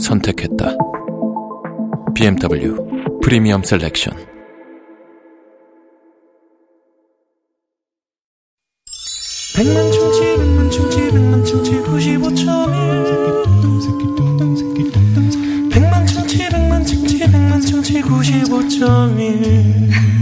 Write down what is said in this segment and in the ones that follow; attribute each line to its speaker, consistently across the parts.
Speaker 1: 선택했다. BMW 프리미엄 셀렉션.
Speaker 2: 백만 충치 백만 충치 백만 충치 95.1 백만 충치 백만 충치 백만 충치 95.1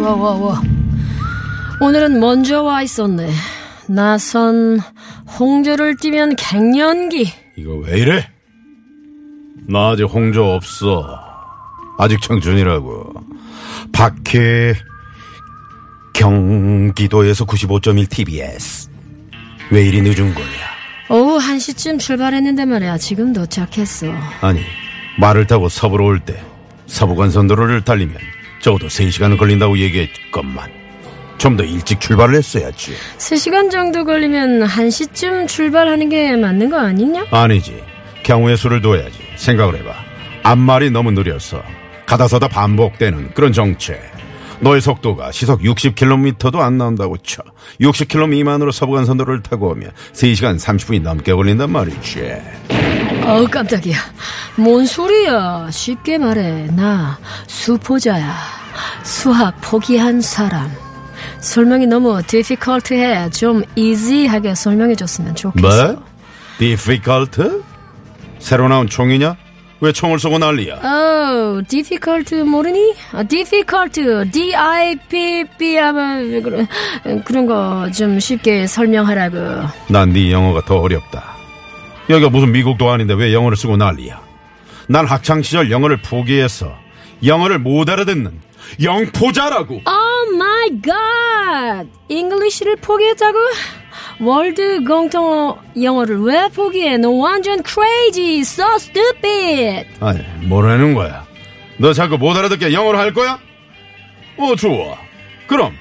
Speaker 3: 와, 와, 와. 오늘은 먼저 와 있었네. 나선 홍조를 뛰면 갱년기.
Speaker 4: 이거 왜 이래? 나 아직 홍조 없어. 아직 청춘이라고. 박해 경기도에서 95.1 TBS. 왜 이리 늦은 거야?
Speaker 3: 오후 1시쯤 출발했는데 말이야. 지금 도착했어.
Speaker 4: 아니, 말을 타고 서부로 올 때 서부간선도로를 달리면 적어도 3시간은 걸린다고 얘기했건만. 좀 더 일찍 출발을 했어야지.
Speaker 3: 3시간 정도 걸리면 1시쯤 출발하는 게 맞는 거 아니냐?
Speaker 4: 아니지. 경우의 수를 둬야지. 생각을 해봐. 앞말이 너무 느려서 가다서다 반복되는 그런 정체. 너의 속도가 시속 60km도 안 나온다고 쳐. 60km 미만으로 서부간선도로를 타고 오면 3시간 30분이 넘게 걸린단 말이지.
Speaker 3: 어우, 깜짝이야. 뭔 소리야. 쉽게 말해. 나 수포자야. 수학 포기한 사람. 설명이 너무 difficult해. 좀 easy하게 설명해 줬으면 좋겠어.
Speaker 4: 뭐? difficult? 새로 나온 총이냐? 왜 총을 쏘고 난리야?
Speaker 3: 어, difficult 모르니? 아, difficult, D-I-P-P 하면 그런, 그런 거 좀 쉽게 설명하라고.
Speaker 4: 난 네 영어가 더 어렵다. 여기가 무슨 미국도 아닌데 왜 영어를 쓰고 난리야? 난 학창시절 영어를 포기해서 영어를 못 알아듣는 영포자라고!
Speaker 3: Oh my god! English를 포기했다고? 월드 공통어 영어를 왜 포기해? 너 완전 crazy, so stupid!
Speaker 4: 아니, 뭐라는 거야? 너 자꾸 못 알아듣게 영어로 할 거야? 어, 좋아. 그럼.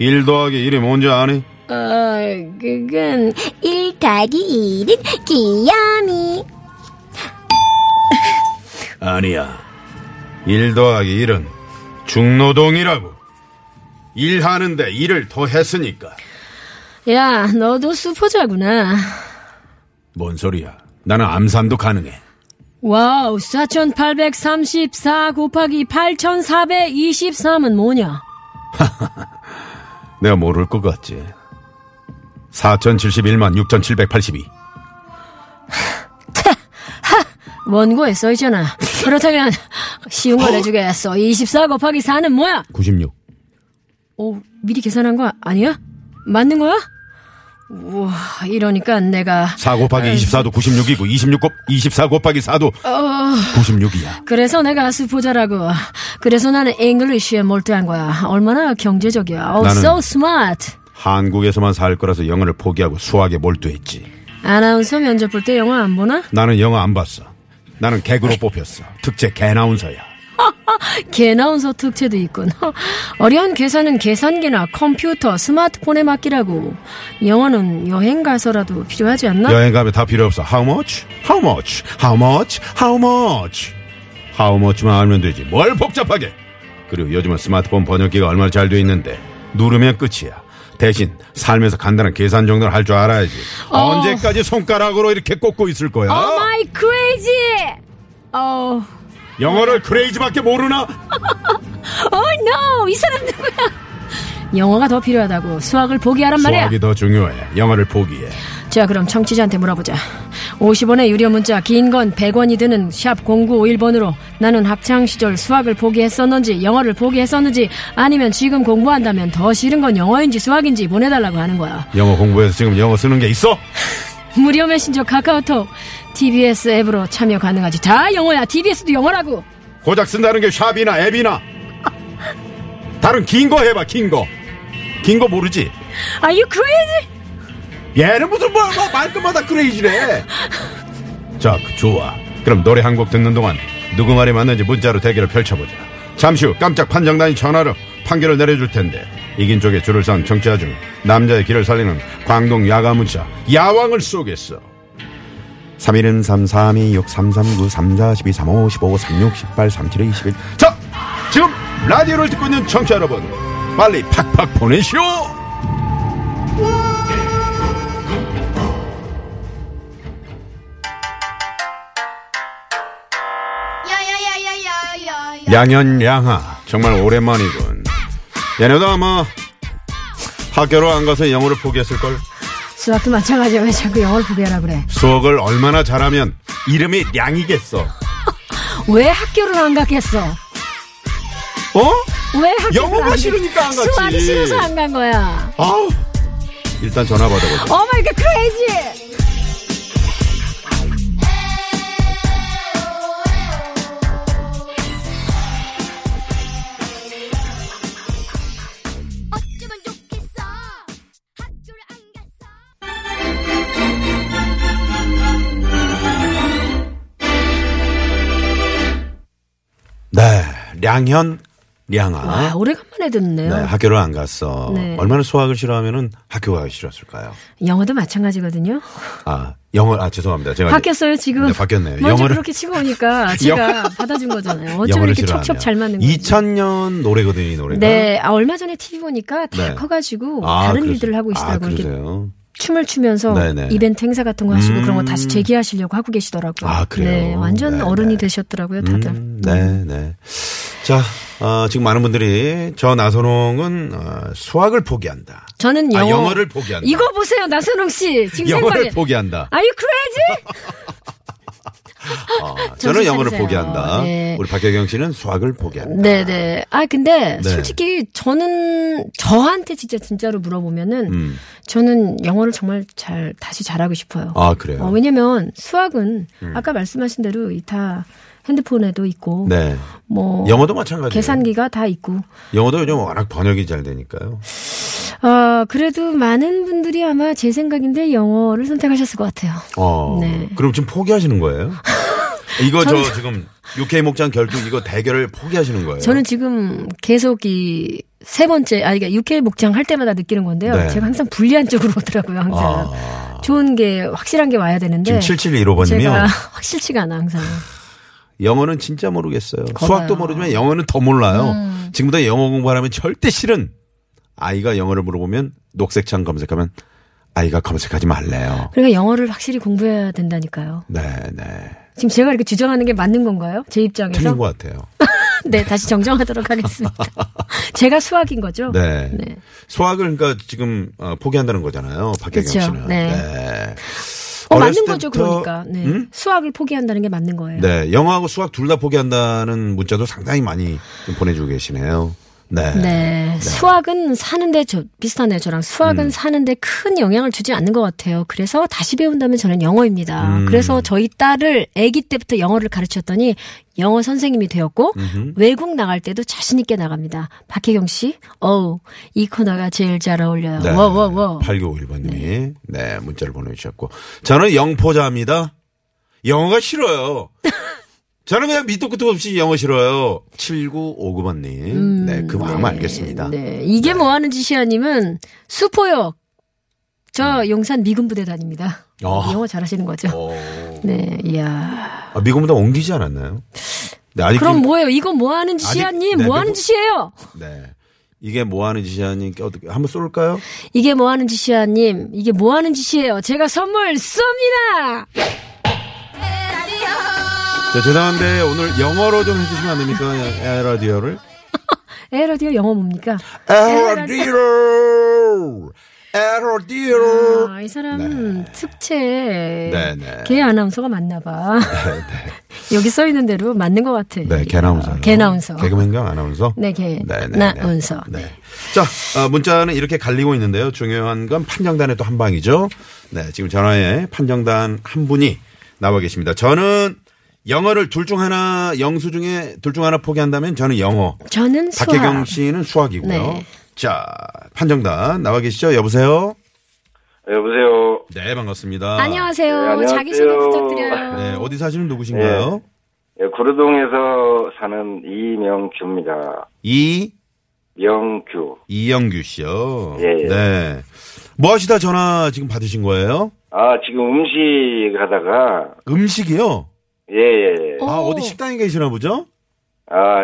Speaker 4: 1 더하기 1이 뭔지 아니?
Speaker 3: 어, 그건
Speaker 5: 1 더하기 1은 귀염이
Speaker 4: 아니야. 1 더하기 1은 중노동이라고. 일하는데 일을 더 했으니까.
Speaker 3: 야, 너도 수포자구나.
Speaker 4: 뭔 소리야. 나는 암산도 가능해.
Speaker 3: 와우, 4834 곱하기 8423은 뭐냐?
Speaker 4: 내가 모를 것 같지. 4,071만 6,782.
Speaker 3: 원고에 써있잖아. 그렇다면, 쉬운 걸 내주겠어. 24 곱하기 4는 뭐야?
Speaker 4: 96.
Speaker 3: 오, 미리 계산한 거 아니야? 맞는 거야? 우와, 이러니까 내가.
Speaker 4: 4 곱하기 24도 96이고, 26 곱, 24 곱하기 4도 96이야.
Speaker 3: 그래서 내가 수포자라고. 그래서 나는 잉글리쉬에 몰두한 거야. 얼마나 경제적이야. Oh,
Speaker 4: 나는-
Speaker 3: so smart.
Speaker 4: 한국에서만 살 거라서 영어를 포기하고 수학에 몰두했지.
Speaker 3: 아나운서 면접 볼 때 영화 안 보나?
Speaker 4: 나는 영어 안 봤어. 나는 개그로 뽑혔어. 특제 개나운서야.
Speaker 3: 개나운서 특채도 있군. 어려운 계산은 계산기나 컴퓨터, 스마트폰에 맡기라고. 영어는 여행 가서라도 필요하지 않나?
Speaker 4: 여행 가면 다 필요 없어. How much? How much? How much? How much? How much만 알면 되지. 뭘 복잡하게? 그리고 요즘은 스마트폰 번역기가 얼마나 잘 돼 있는데 누르면 끝이야. 대신 살면서 간단한 계산 정도는 할 줄 알아야지.
Speaker 3: 어.
Speaker 4: 언제까지 손가락으로 이렇게 꽂고 있을 거야?
Speaker 3: Oh my crazy! Oh,
Speaker 4: 영어를 크레이지밖에 모르나?
Speaker 3: 어, oh no! 이 사람 누구야? 영어가 더 필요하다고 수학을 포기하란 말이야.
Speaker 4: 수학이 더 중요해. 영어를 포기해.
Speaker 3: 자, 그럼 청취자한테 물어보자. 50원의 유료 문자 긴 건 100원이 드는 샵 0951번으로 나는 학창 시절 수학을 포기했었는지 영어를 포기했었는지 아니면 지금 공부한다면 더 싫은 건 영어인지 수학인지 보내달라고 하는 거야.
Speaker 4: 영어 공부해서 지금 영어 쓰는 게 있어?
Speaker 3: 무료 메신저 카카오톡 TBS 앱으로 참여 가능하지. 다 영어야. TBS도 영어라고.
Speaker 4: 고작 쓴다는 게 샵이나 앱이나 다른 긴 거 해봐 긴 거. 긴 거 모르지?
Speaker 3: Are you crazy?
Speaker 4: 얘는 무슨 뭐, 뭐 말끝마다 크레이지래. 자, 그, 좋아. 그럼 노래 한 곡 듣는 동안 누구 말이 맞는지 문자로 대결을 펼쳐보자. 잠시 후 깜짝 판정단이 전화로 판결을 내려줄 텐데 이긴 쪽에 줄을 선 정치자 중 남자의 길을 살리는 광동 야가 문자 야왕을 쏘겠어. 3일은 3, 3, 2, 6, 3, 3, 9, 3, 4, 12, 3, 5, 15, 3, 6, 18, 3, 7, 21. 자, 지금 라디오를 듣고 있는 청취자 여러분, 빨리 팍팍 보내시오! 양현 양하 정말 오랜만이군. 얘네도 아마 학교로 안 가서 영어를 포기했을 걸.
Speaker 3: 수학도 마찬가지야. 왜 자꾸 영어를 포기하라 그래?
Speaker 4: 수학을 얼마나 잘하면 이름이 양이겠어. 어?
Speaker 3: 왜 학교를 안 갔겠어?
Speaker 4: 어?
Speaker 3: 왜 학교를
Speaker 4: 영어가
Speaker 3: 안 갔-
Speaker 4: 싫으니까 안 갔지.
Speaker 3: 수학이 싫어서 안 간 거야.
Speaker 4: 아우. 일단 전화 받아보자.
Speaker 3: Oh my god, crazy!
Speaker 5: 어쩌면 좋겠어 학교를 안 갔어
Speaker 4: 네, 양현 양하.
Speaker 3: 와, 아, 오래간만에
Speaker 4: 네,
Speaker 3: 듣네요.
Speaker 4: 학교를 안 갔어.
Speaker 3: 네.
Speaker 4: 얼마나 수학을 싫어하면은 학교 가기 싫었을까요?
Speaker 3: 영어도 마찬가지거든요.
Speaker 4: 아, 영어 아 죄송합니다. 제가
Speaker 3: 바뀌었어요, 지금.
Speaker 4: 네, 바뀌었네요.
Speaker 3: 먼저
Speaker 4: 영어를-
Speaker 3: 그렇게 치고 오니까 제가 받아준 거잖아요. 어쩜 이렇게 척척 잘 맞는 거예요.
Speaker 4: 2000년 노래거든요, 이 노래가.
Speaker 3: 네, 아, 얼마 전에 TV 보니까 다
Speaker 4: 네.
Speaker 3: 커가지고
Speaker 4: 아,
Speaker 3: 다른
Speaker 4: 그러세요.
Speaker 3: 일들을 하고
Speaker 4: 아,
Speaker 3: 계시다고 이렇게
Speaker 4: 그러세요.
Speaker 3: 춤을 추면서
Speaker 4: 네네.
Speaker 3: 이벤트 행사 같은 거 하시고 그런 거
Speaker 4: 음.
Speaker 3: 다시 재기하시려고 하고 계시더라고요.
Speaker 4: 아, 그래요?
Speaker 3: 네, 완전
Speaker 4: 네네.
Speaker 3: 어른이 되셨더라고요, 다들.
Speaker 4: 음, 네, 네. 자, 어, 지금 많은 분들이 저 나선홍은 어, 수학을 포기한다.
Speaker 3: 저는 영어.
Speaker 4: 아, 영어를 포기한다.
Speaker 3: 이거 보세요, 나선홍 씨. 지금
Speaker 4: 영어를
Speaker 3: 생방에.
Speaker 4: 포기한다.
Speaker 3: Are you crazy?
Speaker 4: 어, 저는
Speaker 3: 아, 정신
Speaker 4: 영어를
Speaker 3: 차리세요.
Speaker 4: 포기한다.
Speaker 3: 네.
Speaker 4: 우리 박혜경 씨는 수학을 포기한다.
Speaker 3: 네네. 아 근데
Speaker 4: 네.
Speaker 3: 솔직히 저는 저한테 진짜 진짜로 물어보면은
Speaker 4: 음.
Speaker 3: 저는 영어를 정말 잘 다시 잘하고 싶어요.
Speaker 4: 아, 그래요. 음.
Speaker 3: 어, 왜냐면 수학은 아까 말씀하신 대로 이 다 핸드폰에도 있고
Speaker 4: 네.
Speaker 3: 뭐
Speaker 4: 영어도 마찬가지예요.
Speaker 3: 계산기가 다 있고
Speaker 4: 영어도 요즘 워낙 번역이 잘 되니까요.
Speaker 3: 아 그래도 많은 분들이 아마 제 생각인데 영어를 선택하셨을 것 같아요.
Speaker 4: 어.
Speaker 3: 네.
Speaker 4: 그럼 지금 포기하시는 거예요? 이거 저
Speaker 3: 저는-
Speaker 4: 지금 UK 목장 결국 이거 대결을 포기하시는 거예요?
Speaker 3: 저는 지금 계속 이 세 번째 아 이게 육회 목장 할 때마다 느끼는 건데요.
Speaker 4: 네.
Speaker 3: 제가 항상 불리한 쪽으로 오더라고요. 항상
Speaker 4: 아,
Speaker 3: 좋은 게 확실한 게 와야 되는데
Speaker 4: 지금 7715번님이요.
Speaker 3: 제가 확실치가 않아 항상.
Speaker 4: 영어는 진짜 모르겠어요.
Speaker 3: 거봐요. 음.
Speaker 4: 수학도 모르지만 영어는 더 몰라요. 지금부터 영어 공부하면 절대 싫은 아이가 영어를 물어보면 녹색창 검색하면 아이가 검색하지 말래요.
Speaker 3: 그러니까 영어를 확실히 공부해야 된다니까요.
Speaker 4: 네, 네.
Speaker 3: 지금 제가 이렇게 주장하는 게 맞는 건가요? 제 입장에서?
Speaker 4: 틀린 것 같아요.
Speaker 3: 네, 다시 정정하도록 하겠습니다. 제가 수학인 거죠?
Speaker 4: 네.
Speaker 3: 네.
Speaker 4: 수학을 그러니까 지금 어, 포기한다는 거잖아요. 박혜경
Speaker 3: 그쵸.
Speaker 4: 씨는.
Speaker 3: 네.
Speaker 4: 네.
Speaker 3: 어,
Speaker 4: 어렸을
Speaker 3: 맞는 거죠,
Speaker 4: 때부터-
Speaker 3: 그러니까. 네.
Speaker 4: 음?
Speaker 3: 수학을 포기한다는 게 맞는 거예요.
Speaker 4: 네, 영어하고 수학 둘 다 포기한다는 문자도 상당히 많이 좀 보내주고 계시네요. 네.
Speaker 3: 네. 수학은 사는데 저 비슷하네요. 저랑 수학은
Speaker 4: 음.
Speaker 3: 사는데 큰 영향을 주지 않는 것 같아요. 그래서 다시 배운다면 저는 영어입니다.
Speaker 4: 음.
Speaker 3: 그래서 저희 딸을 아기 때부터 영어를 가르쳤더니 영어 선생님이 되었고 외국 나갈 때도 자신 있게 나갑니다. 박혜경 씨, 어우 이 코너가 제일 잘 어울려요.
Speaker 4: 네.
Speaker 3: 워워워.
Speaker 4: 8951번님이 네. 문자를 보내주셨고. 저는 영포자입니다. 영어가 싫어요. 저는 그냥 밑도 끝도 없이 영어 싫어요. 7959번님. 네, 그 마음 알겠습니다.
Speaker 3: 네. 이게 뭐 하는 짓이야님은 수포역. 저 용산 미군부대 다닙니다.
Speaker 4: 어.
Speaker 3: 영어 잘하시는 거죠.
Speaker 4: 음. 어,
Speaker 3: 네, 이야.
Speaker 4: 아, 미국보다 옮기지 않았나요? 네, 아직
Speaker 3: 그럼 뭐- 뭐예요? 이건 뭐 하는 짓이야님?
Speaker 4: 아직- 네,
Speaker 3: 뭐 하는
Speaker 4: 네,
Speaker 3: 짓이에요?
Speaker 4: 네. 이게 뭐 하는 짓이야님 어떻게 한번 쏠까요?
Speaker 3: 이게 뭐 하는 짓이야님? 이게 뭐 하는 짓이에요? 제가 선물 쏩니다!
Speaker 4: 자, 네, 죄송한데 오늘 영어로 좀 해주시면 안 됩니까? 에라디오를.
Speaker 3: 에라디오 영어 뭡니까?
Speaker 4: 에라디오! 에러 디어.
Speaker 3: 아, 이 사람 특채
Speaker 4: 네, 네.
Speaker 3: 개 아나운서가 맞나 봐. 여기 써 있는 대로 맞는 것 같아.
Speaker 4: 네, 개나운서.
Speaker 3: 어, 개나운서.
Speaker 4: 개그맨 겸 아나운서.
Speaker 3: 네, 개
Speaker 4: 네, 네, 네.
Speaker 3: 나운서.
Speaker 4: 네. 자, 어, 문자는 이렇게 갈리고 있는데요. 중요한 건 판정단의 또 한 방이죠. 네, 지금 전화에 판정단 한 분이 나와 계십니다. 저는 영어를 둘 중 하나, 영수 중에 둘 중 하나 포기한다면 저는 영어.
Speaker 3: 저는 수학.
Speaker 4: 박혜경 씨는 수학이고요.
Speaker 3: 네.
Speaker 4: 자, 판정단 나와 계시죠? 여보세요?
Speaker 6: 네, 여보세요.
Speaker 4: 네, 반갑습니다.
Speaker 6: 네,
Speaker 3: 안녕하세요.
Speaker 6: 안녕하세요.
Speaker 3: 자기소개 부탁드려요. 아,
Speaker 4: 네, 어디 사시는 누구신가요?
Speaker 6: 예, 구르동에서 사는 이명규입니다.
Speaker 4: 이
Speaker 6: 명규.
Speaker 4: 이영규 씨요.
Speaker 6: 예, 예.
Speaker 4: 네. 뭐 하시다 전화 지금 받으신 거예요?
Speaker 6: 아, 지금 음식 하다가,
Speaker 4: 음식이요?
Speaker 6: 예, 예.
Speaker 3: 어.
Speaker 4: 아, 어디 식당에 계시나 보죠?
Speaker 6: 아,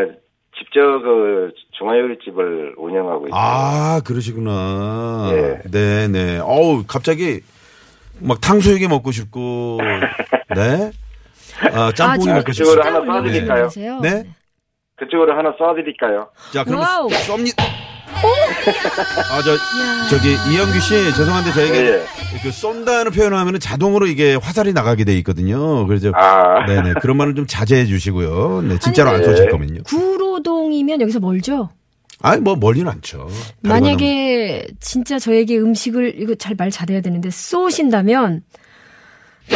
Speaker 6: 직접 그 중화요리집을 운영하고 있어요.
Speaker 4: 아, 그러시구나.
Speaker 6: 예.
Speaker 4: 네, 네. 어우, 갑자기 막 탕수육이 먹고 싶고, 네? 아, 짬뽕이
Speaker 3: 아,
Speaker 4: 먹고
Speaker 6: 저기 식당을
Speaker 4: 싶고.
Speaker 6: 하나
Speaker 3: 운영하고
Speaker 6: 쏴드릴까요?
Speaker 3: 계세요?
Speaker 4: 네?
Speaker 6: 그쪽으로 하나 쏴드릴까요?
Speaker 4: 자, 그럼
Speaker 3: 와우. 어?
Speaker 4: 쏩니다. 아, 저, 저기, 이영규 씨, 죄송한데 저에게
Speaker 6: 예, 예.
Speaker 4: 그 쏜다는 표현을 하면 자동으로 이게 화살이 나가게 돼 있거든요. 그래서
Speaker 6: 아,
Speaker 4: 네네. 그런 말은 좀 자제해 주시고요. 네, 진짜로 안
Speaker 6: 네.
Speaker 4: 쏘실 거면요.
Speaker 3: 구로동이면 여기서 멀죠?
Speaker 4: 아니, 뭐, 멀리는 않죠. 다리가
Speaker 3: 만약에 진짜 저에게 음식을 이거 잘 말 잘해야 되는데 쏘신다면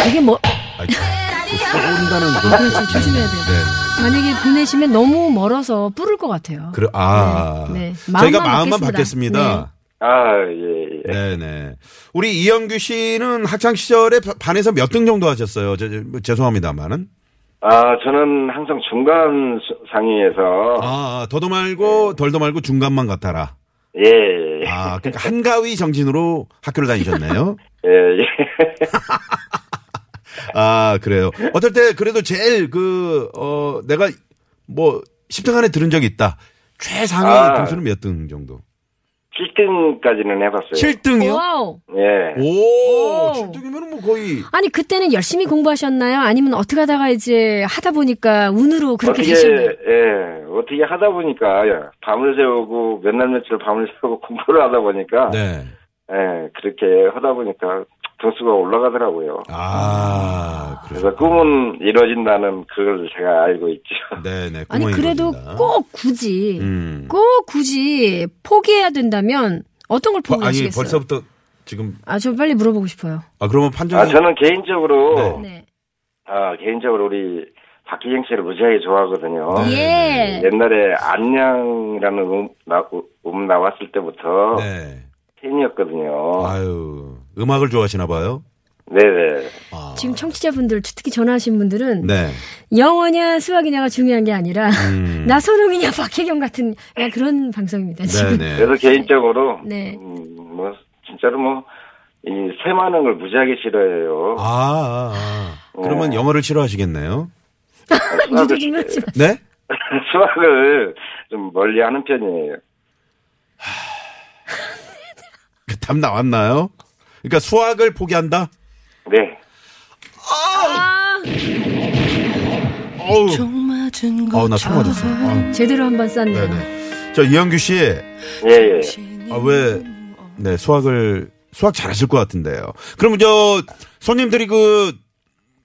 Speaker 3: 이게 뭐
Speaker 4: 너무- 아니, 쏜다는 그런.
Speaker 3: 그렇죠. 조심해야 돼요.
Speaker 4: 네.
Speaker 3: 만약에 보내시면 너무 멀어서 뿌를 것 같아요.
Speaker 4: 그러, 아.
Speaker 3: 네, 네.
Speaker 4: 저희가
Speaker 3: 마음만
Speaker 4: 마음만
Speaker 3: 받겠습니다.
Speaker 4: 받겠습니다.
Speaker 6: 아, 예, 예.
Speaker 4: 네. 네 우리 이영규 씨는 학창시절에 반에서 몇 등 정도 하셨어요? 저, 저, 뭐 죄송합니다만은.
Speaker 6: 아, 저는 항상 중간 수- 상위에서,
Speaker 4: 아, 더도 말고 덜도 말고 중간만 같아라.
Speaker 6: 예, 예,
Speaker 4: 아, 그러니까 한가위 정신으로 학교를 다니셨네요.
Speaker 6: 예, 예.
Speaker 4: 아, 그래요. 어떨 때 그래도 제일 그, 어, 내가 뭐 10등 안에 들은 적이 있다. 최상위
Speaker 6: 아.
Speaker 4: 등수는 몇 등 정도?
Speaker 6: 7등까지는 해봤어요.
Speaker 4: 7등이요?
Speaker 3: 와우.
Speaker 6: 예.
Speaker 4: 오,
Speaker 3: 어? 오.
Speaker 4: 7등이면 뭐 거의.
Speaker 3: 아니 그때는 열심히 공부하셨나요? 아니면 어떻게 하다가 이제 하다 보니까 운으로 그렇게
Speaker 6: 어떻게
Speaker 3: 되신 거예요?
Speaker 6: 예 어떻게 하다 보니까 예, 밤을 새우고 몇 날 며칠 밤을 새우고 공부를 하다 보니까
Speaker 4: 네.
Speaker 6: 예 그렇게 하다 보니까 등수가 올라가더라고요.
Speaker 4: 아,
Speaker 6: 그래서
Speaker 4: 그래요.
Speaker 6: 꿈은 이루어진다는 그걸 제가 알고 있죠.
Speaker 4: 네네.
Speaker 3: 아니 그래도 꼭 굳이
Speaker 4: 음.
Speaker 3: 꼭 굳이 포기해야 된다면 어떤 걸
Speaker 4: 버- 뭐, 아니,
Speaker 3: 포기하시겠어요?
Speaker 4: 벌써부터 지금.
Speaker 3: 아, 저 빨리 물어보고 싶어요.
Speaker 4: 아, 그러면 판정이.
Speaker 6: 아 저는 개인적으로
Speaker 4: 네.
Speaker 3: 네.
Speaker 6: 아 개인적으로 우리 박기영 씨를 무지하게 좋아하거든요.
Speaker 4: 네,
Speaker 3: 예.
Speaker 6: 옛날에 안녕이라는 음, 나, 음 나왔을 때부터
Speaker 4: 네.
Speaker 6: 팬이었거든요.
Speaker 4: 아유, 음악을 좋아하시나 봐요.
Speaker 6: 네네.
Speaker 4: 아.
Speaker 3: 지금 청취자분들 특히 전화하신 분들은
Speaker 4: 네.
Speaker 3: 영어냐 수학이냐가 중요한 게 아니라
Speaker 4: 음.
Speaker 3: 나선홍이냐 박혜경 같은 그냥 그런 방송입니다. 지금.
Speaker 4: 네네.
Speaker 6: 그래서 개인적으로
Speaker 3: 네.
Speaker 6: 음, 뭐 진짜로 뭐 이 세만한 걸 무지하게 싫어해요.
Speaker 4: 아, 아, 아. 그러면 영어를 싫어하시겠네요.
Speaker 3: 이도 좀 하지 마.
Speaker 4: 네?
Speaker 6: 수학을 좀 멀리하는 편이에요.
Speaker 4: 그답 나왔나요? 그러니까 수학을 포기한다?
Speaker 6: 네.
Speaker 4: 어우.
Speaker 3: 그렇죠.
Speaker 4: 어우, 나 소름 돋았어요. 아,
Speaker 3: 제대로 한번 쌌네요.
Speaker 4: 네네. 저 이영규 씨,
Speaker 6: 예, 예.
Speaker 4: 아, 왜, 네, 수학을, 수학 잘하실 것 같은데요. 그러면 저, 손님들이 그,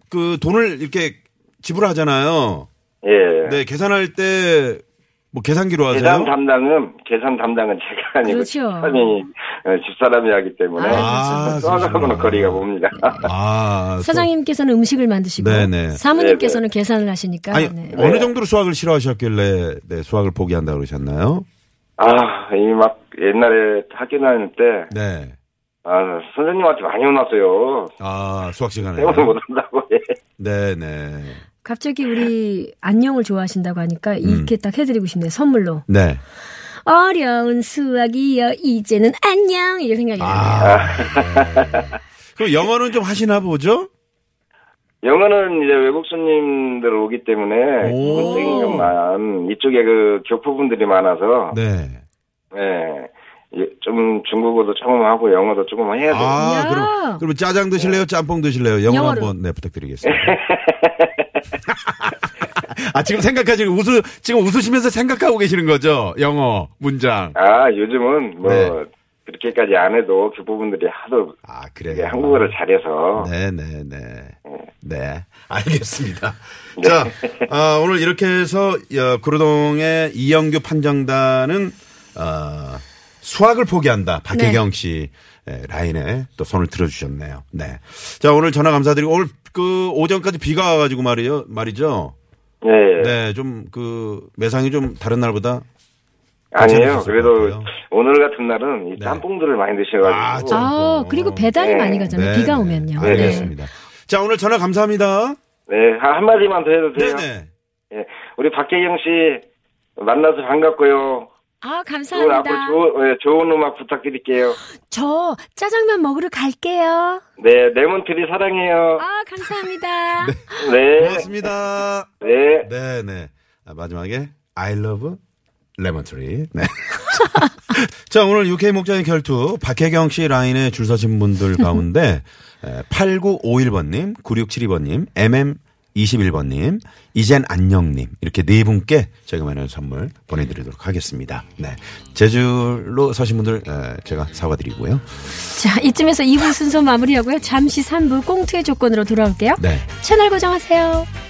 Speaker 4: 그 돈을 이렇게 지불하잖아요.
Speaker 6: 예.
Speaker 4: 네, 계산할 때, 뭐 계산기로 하세요?
Speaker 6: 계산 담당은 계산 담당은 제가 아니고
Speaker 3: 그렇죠.
Speaker 6: 집사람이 어, 집사람이 하기 때문에
Speaker 4: 아, 그러시구나.
Speaker 6: 수학하고는 거리가 멉니다.
Speaker 4: 아,
Speaker 3: 사장님께서는 음식을 만드시고
Speaker 4: 네네.
Speaker 3: 사모님께서는 계산을 하시니까
Speaker 4: 아니,
Speaker 3: 네.
Speaker 4: 어느 정도로 수학을 싫어하셨길래, 네, 수학을 포기한다 그러셨나요?
Speaker 6: 아, 이 막 옛날에 학교 다닐 때
Speaker 4: 네.
Speaker 6: 아, 선생님한테 많이 혼났어요.
Speaker 4: 아, 수학 시간에.
Speaker 6: 세월을 못 한다고. 예.
Speaker 4: 네네.
Speaker 3: 갑자기 우리 안녕을 좋아하신다고
Speaker 4: 음.
Speaker 3: 하니까 이렇게 딱 해드리고 싶네요. 선물로
Speaker 4: 네.
Speaker 3: 어려운 수학이여 이제는 안녕 이런 생각이
Speaker 4: 아,
Speaker 3: 나요.
Speaker 4: 네. 그럼 영어는 좀 하시나 보죠?
Speaker 6: 영어는 이제 외국 손님들 오기 때문에
Speaker 4: 오.
Speaker 6: 기본적인 것만 이쪽에 그 교포분들이 많아서
Speaker 4: 네.
Speaker 6: 예. 예, 좀 중국어도 조금 하고 영어도 조금 해야 돼요.
Speaker 4: 아,
Speaker 3: 야.
Speaker 4: 그럼, 그럼 짜장 드실래요? 짬뽕 드실래요? 영어
Speaker 3: 영어로.
Speaker 4: 한번, 네, 부탁드리겠습니다. 아, 지금 생각하시고, 웃으, 지금 웃으시면서 생각하고 계시는 거죠? 영어, 문장.
Speaker 6: 아, 요즘은 뭐
Speaker 4: 네.
Speaker 6: 그렇게까지 안 해도 교포분들이 하도
Speaker 4: 아,
Speaker 6: 이게
Speaker 4: 그래요.
Speaker 6: 네, 한국어를 음. 잘해서
Speaker 4: 네네네. 네. 알겠습니다.
Speaker 6: 네.
Speaker 4: 자, 아, 오늘 이렇게 해서 어, 구로동의 이영규 판정단은 어, 수학을 포기한다. 박혜경
Speaker 3: 네.
Speaker 4: 씨 예, 라인에 또 손을 들어주셨네요. 네. 자, 오늘 전화 감사드리고 오늘 그 오전까지 비가 와가지고 말이요 말이죠.
Speaker 6: 네.
Speaker 4: 네, 좀 그 매상이 좀 다른 날보다
Speaker 6: 아니에요.
Speaker 4: 괜찮으셨을 것
Speaker 6: 그래도
Speaker 4: 같아요.
Speaker 6: 오늘 같은 날은 이
Speaker 4: 네.
Speaker 6: 짬뽕들을 많이 드셔가지고
Speaker 4: 아, 짬뽕.
Speaker 3: 아, 그리고 배달이
Speaker 6: 네.
Speaker 3: 많이 가잖아요.
Speaker 4: 네,
Speaker 3: 비가
Speaker 4: 네.
Speaker 3: 오면요.
Speaker 6: 네.
Speaker 4: 알겠습니다. 자, 오늘 전화 감사합니다.
Speaker 6: 네, 한- 한마디만 더 해도 돼요.
Speaker 4: 네네.
Speaker 6: 예, 우리 박재경 씨 만나서 반갑고요.
Speaker 3: 아,
Speaker 6: 오늘
Speaker 3: 감사합니다.
Speaker 6: 앞으로 좋은, 예, 좋은 음악 부탁드릴게요.
Speaker 3: 저 짜장면 먹으러 갈게요.
Speaker 6: 네, 레몬트리 사랑해요.
Speaker 3: 아, 감사합니다.
Speaker 4: 아.
Speaker 6: 네,
Speaker 4: 고맙습니다.
Speaker 6: 네.
Speaker 4: 네, 네. 아, 마지막에 I love lemon tree. 네. 자, 오늘 UK 목장의 결투 박혜경 씨 라인에 줄 서신 분들 가운데 8951번 님, 9672번 님, MM 21번 님, 이젠 안녕 님. 이렇게 네 분께 저희가 만난 선물 보내 드리도록 하겠습니다. 네. 제주로 서신 분들 에, 제가 사과 드리고요.
Speaker 3: 자, 이쯤에서 2부 순서 마무리하고요. 잠시 3부 꽁트의 조건으로 돌아올게요.
Speaker 4: 네.
Speaker 3: 채널 고정하세요.